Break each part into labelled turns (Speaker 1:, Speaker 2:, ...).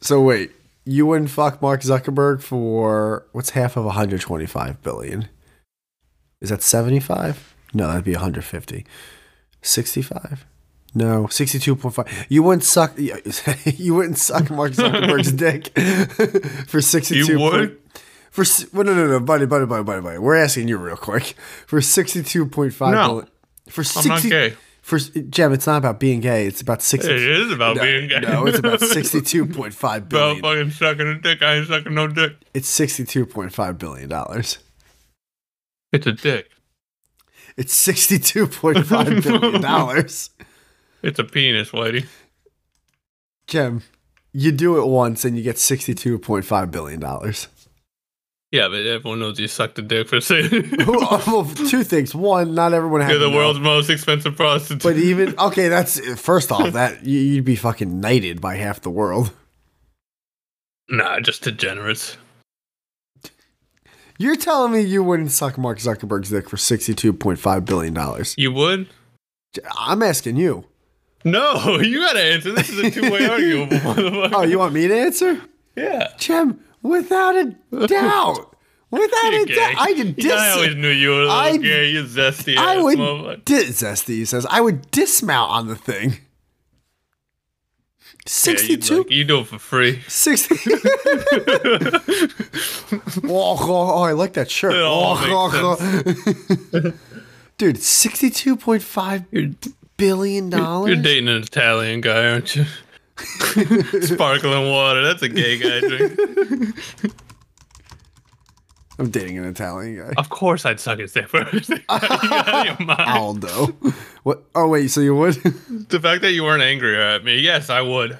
Speaker 1: So wait, you wouldn't fuck Mark Zuckerberg for what's half of 125 billion? Is that 75? No, that'd be 150. 65? No, 62.5. You wouldn't suck you wouldn't suck Mark Zuckerberg's dick for 62.
Speaker 2: You would?
Speaker 1: For s- well, no, no, no, buddy, buddy, buddy, buddy, buddy. We're asking you real quick for 62.5 billion.
Speaker 2: No.
Speaker 1: For 60
Speaker 2: I'm not gay.
Speaker 1: For Jim, it's not about being gay. It's about 60
Speaker 2: It is about
Speaker 1: no,
Speaker 2: being gay.
Speaker 1: no, it's about 62.5
Speaker 2: about
Speaker 1: billion.
Speaker 2: fucking sucking a dick. I ain't sucking no dick.
Speaker 1: It's 62.5 billion dollars.
Speaker 2: It's a dick.
Speaker 1: It's 62.5 billion dollars.
Speaker 2: It's a penis, lady.
Speaker 1: Jim, you do it once and you get 62.5 billion dollars.
Speaker 2: Yeah, but everyone knows you sucked a dick for saying
Speaker 1: well, two things. One, not everyone has
Speaker 2: you're the
Speaker 1: to know.
Speaker 2: world's most expensive prostitute.
Speaker 1: But even okay, that's first off that you- you'd be fucking knighted by half the world.
Speaker 2: nah, just degenerates.
Speaker 1: You're telling me you wouldn't suck Mark Zuckerberg's dick for 62.5 billion dollars.
Speaker 2: You would?
Speaker 1: I'm asking you.
Speaker 2: No, you gotta answer. This is a two-way arguable, motherfucker.
Speaker 1: Oh, you want me to answer?
Speaker 2: yeah.
Speaker 1: Jim, without a doubt. Without
Speaker 2: You're
Speaker 1: a
Speaker 2: gay.
Speaker 1: doubt. I could dis-
Speaker 2: I always knew you were a little
Speaker 1: I-
Speaker 2: gay. You zesty
Speaker 1: I
Speaker 2: ass
Speaker 1: would
Speaker 2: motherfucker.
Speaker 1: di- Zesty he says I would dismount on the thing.
Speaker 2: Yeah, you,
Speaker 1: 62
Speaker 2: like, you do it for free.
Speaker 1: 60 oh, oh, oh, I like that shirt.
Speaker 2: It all
Speaker 1: Oh, oh, oh. Dude, 62.5 billion
Speaker 2: You're
Speaker 1: dollars?
Speaker 2: dating an Italian guy, aren't you? Sparkling water. That's a gay guy drink.
Speaker 1: I'm dating an Italian guy.
Speaker 2: of course, I'd suck his dick for everything. you out of your mind.
Speaker 1: Aldo. What? Oh wait, so you would?
Speaker 2: The fact that you weren't angrier at me, yes, I would.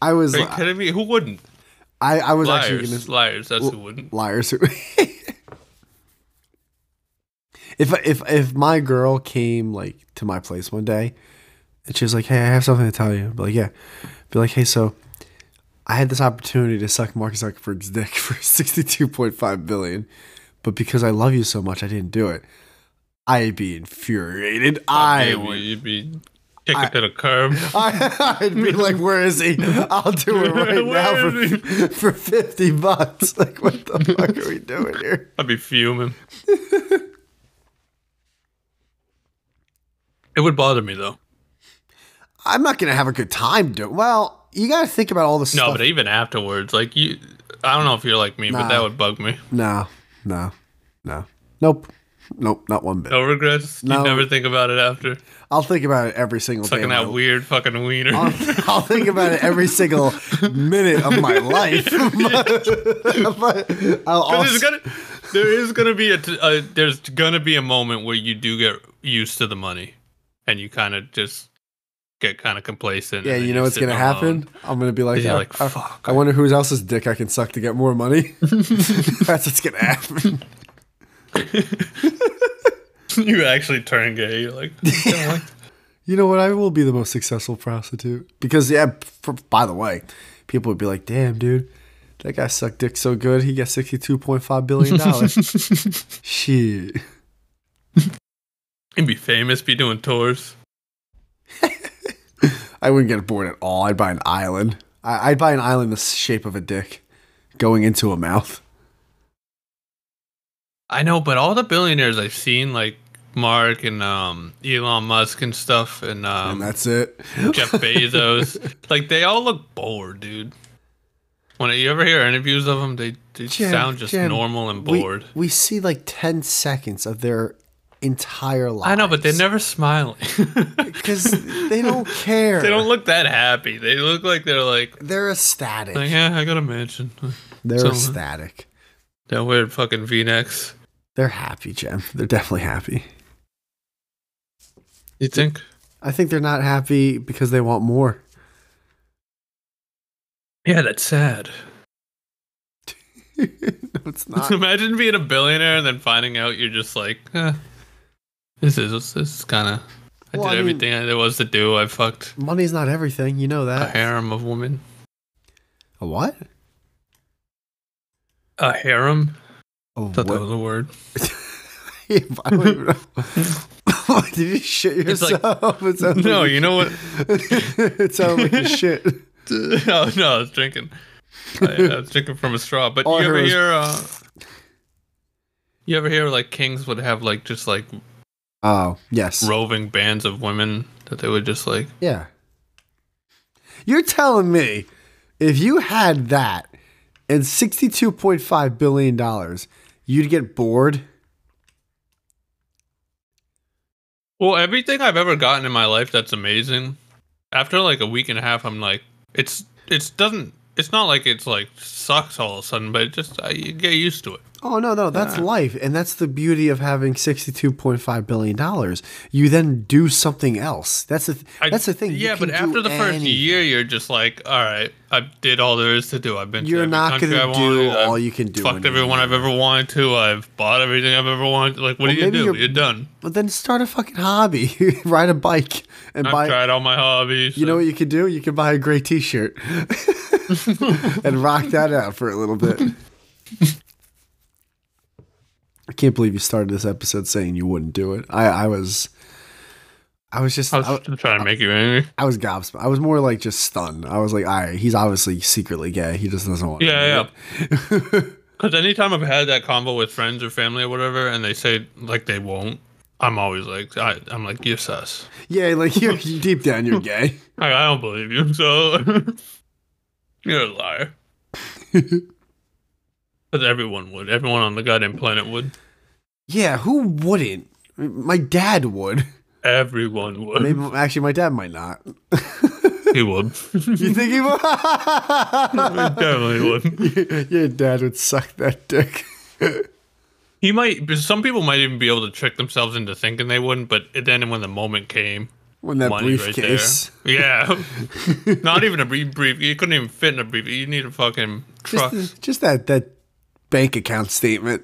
Speaker 1: I was
Speaker 2: Are you kidding me? Who wouldn't?
Speaker 1: I, I was actually
Speaker 2: Liars,
Speaker 1: going to
Speaker 2: liars. That's who wouldn't.
Speaker 1: liars who if if if my girl came like to my place one day and she was like hey i have something to tell you I'd be like yeah be like hey so i had this opportunity to suck mark zuckerberg's dick for 62.5 billion but because i love you so much i didn't do it i'd be infuriated i
Speaker 2: Maybe
Speaker 1: would
Speaker 2: you'd be kicked to the curb.
Speaker 1: I, I'd be like, "Where is he? I'll do it right now
Speaker 2: Where is
Speaker 1: for, for fifty bucks." Like, what the fuck are we doing here?
Speaker 2: I'd be fuming. it would bother me though.
Speaker 1: I'm not gonna have a good time doing. Well, you gotta think about all the
Speaker 2: No,
Speaker 1: stuff.
Speaker 2: but even afterwards, like you, I don't know if you're like me, but
Speaker 1: Nah.
Speaker 2: that would bug me.
Speaker 1: no, no, no, nope, nope, not one bit.
Speaker 2: No regrets. You
Speaker 1: No.
Speaker 2: never think about it after
Speaker 1: I'll think about it every single day.
Speaker 2: sucking
Speaker 1: of my-
Speaker 2: that weird fucking wiener.
Speaker 1: I'll, I'll think about it every single minute of my life. but, but I'll
Speaker 2: there's
Speaker 1: also,
Speaker 2: gonna, there is gonna be a, t- a- there's gonna be a moment where you do get used to the money, and you kind of just get kind of complacent.
Speaker 1: yeah,
Speaker 2: and then
Speaker 1: you know
Speaker 2: you're
Speaker 1: what's gonna
Speaker 2: sitting alone.
Speaker 1: happen? I'm gonna be like,
Speaker 2: Yeah,
Speaker 1: "Oh,
Speaker 2: like,
Speaker 1: I,
Speaker 2: fuck.
Speaker 1: I wonder whose else's dick I can suck to get more money. That's what's gonna happen.
Speaker 2: you actually turn gay. You're like, "I don't like
Speaker 1: You know what? I will be the most successful prostitute because yeah. f by the way, people would be like, "Damn, dude, that guy sucked dick so good. He got sixty-two point five billion dollars." Shit.
Speaker 2: and be famous, be doing tours.
Speaker 1: I wouldn't get bored at all. I'd buy an island. I- I'd buy an island the shape of a dick, going into a mouth.
Speaker 2: I know, but all the billionaires I've seen, like Mark and um, Elon Musk and stuff, and, um,
Speaker 1: and that's it.
Speaker 2: Jeff Bezos, like they all look bored, dude. When you ever hear interviews of them, they, they
Speaker 1: Jim,
Speaker 2: sound just
Speaker 1: Jim,
Speaker 2: normal and
Speaker 1: We-
Speaker 2: bored.
Speaker 1: We, see like ten seconds of their entire life.
Speaker 2: I know, but they're never smiling. they
Speaker 1: because they don't care.
Speaker 2: don't look that happy. They look like they're like,
Speaker 1: They're ecstatic.
Speaker 2: like yeah, I got a mansion.
Speaker 1: They're
Speaker 2: so-
Speaker 1: ecstatic.
Speaker 2: That weird fucking V-necks.
Speaker 1: They're happy, Jim. They're definitely happy.
Speaker 2: You think?
Speaker 1: I think they're not happy because they want more.
Speaker 2: Yeah, that's sad.
Speaker 1: no, it's not.
Speaker 2: Imagine being a billionaire and then finding out you're just like, eh, this is this is kind of. I
Speaker 1: Well,
Speaker 2: did
Speaker 1: I mean-
Speaker 2: everything I there was to do. I fucked
Speaker 1: Money's not everything. You know
Speaker 2: a
Speaker 1: that.
Speaker 2: harem of women.
Speaker 1: A what?
Speaker 2: A harem?
Speaker 1: A
Speaker 2: I thought that
Speaker 1: what?
Speaker 2: was a word.
Speaker 1: I don't even know. Did you shit
Speaker 2: It's like-
Speaker 1: yourself? It sounds
Speaker 2: No,
Speaker 1: like
Speaker 2: you know what?
Speaker 1: it sounded like you shit.
Speaker 2: no, no, I was drinking. I, I was drinking from a straw. But you
Speaker 1: All I
Speaker 2: ever
Speaker 1: heard was-
Speaker 2: hear? Uh, you ever hear like kings would have like just like
Speaker 1: Oh yes.
Speaker 2: roving bands of women that they would just like
Speaker 1: Yeah. You're telling me if you had that and $62.5 billion, you'd get bored?
Speaker 2: Well, everything I've ever gotten in my life that's amazing, after like a week and a half, I'm like, it's it's doesn't it's not like it's like sucks all of a sudden, but it just I, you get used to it.
Speaker 1: Oh, no, no, that's life. And that's the beauty of having $62.5 billion. You then do something else. That's the, th-
Speaker 2: I,
Speaker 1: that's the thing. You
Speaker 2: Yeah,
Speaker 1: can
Speaker 2: but after
Speaker 1: do
Speaker 2: the first
Speaker 1: anything.
Speaker 2: year, you're just like, all right, I did all there is to do. I've been.
Speaker 1: You're
Speaker 2: to every
Speaker 1: not
Speaker 2: country
Speaker 1: gonna
Speaker 2: I wanted.
Speaker 1: do
Speaker 2: I've
Speaker 1: all you can do
Speaker 2: Fucked
Speaker 1: in a
Speaker 2: everyone
Speaker 1: year.
Speaker 2: I've ever wanted to. I've bought everything I've ever wanted. Like, what do you
Speaker 1: maybe
Speaker 2: do?
Speaker 1: you're-
Speaker 2: You're, done.
Speaker 1: But then start a fucking hobby. Ride a bike and
Speaker 2: I've
Speaker 1: buy.
Speaker 2: tried all my hobbies.
Speaker 1: You know what you could do? You could buy a gray t shirt and rock that out for a little bit. I can't believe you started this episode saying you wouldn't do it. I, I was. I was just.
Speaker 2: I
Speaker 1: I
Speaker 2: was
Speaker 1: was,
Speaker 2: just trying to make you angry.
Speaker 1: I was gobsmacked. I was more like just stunned. I was like, all right, he's obviously secretly gay. He just doesn't want to.
Speaker 2: Yeah,
Speaker 1: admit
Speaker 2: yeah.
Speaker 1: it."
Speaker 2: Because anytime I've had that convo with friends or family or whatever, and they say like they won't, I'm always like, I, I'm like, you're sus.
Speaker 1: Yeah, like you're, deep down, you're gay.
Speaker 2: Like, I don't believe you, so you're a liar. Because everyone would, everyone on the goddamn planet would,
Speaker 1: Yeah, who wouldn't? My dad would.
Speaker 2: everyone would,
Speaker 1: Maybe actually, my dad might not.
Speaker 2: he would,
Speaker 1: You think he would?
Speaker 2: definitely would.
Speaker 1: Your dad would suck that dick.
Speaker 2: He might. but Some people might even be able to trick themselves into thinking they wouldn't, but then when the moment came,
Speaker 1: when that
Speaker 2: money
Speaker 1: briefcase.
Speaker 2: right there. Yeah, not even a brief, brief. You couldn't even fit in a brief. You need a fucking truck.
Speaker 1: Just, just that that bank account statement.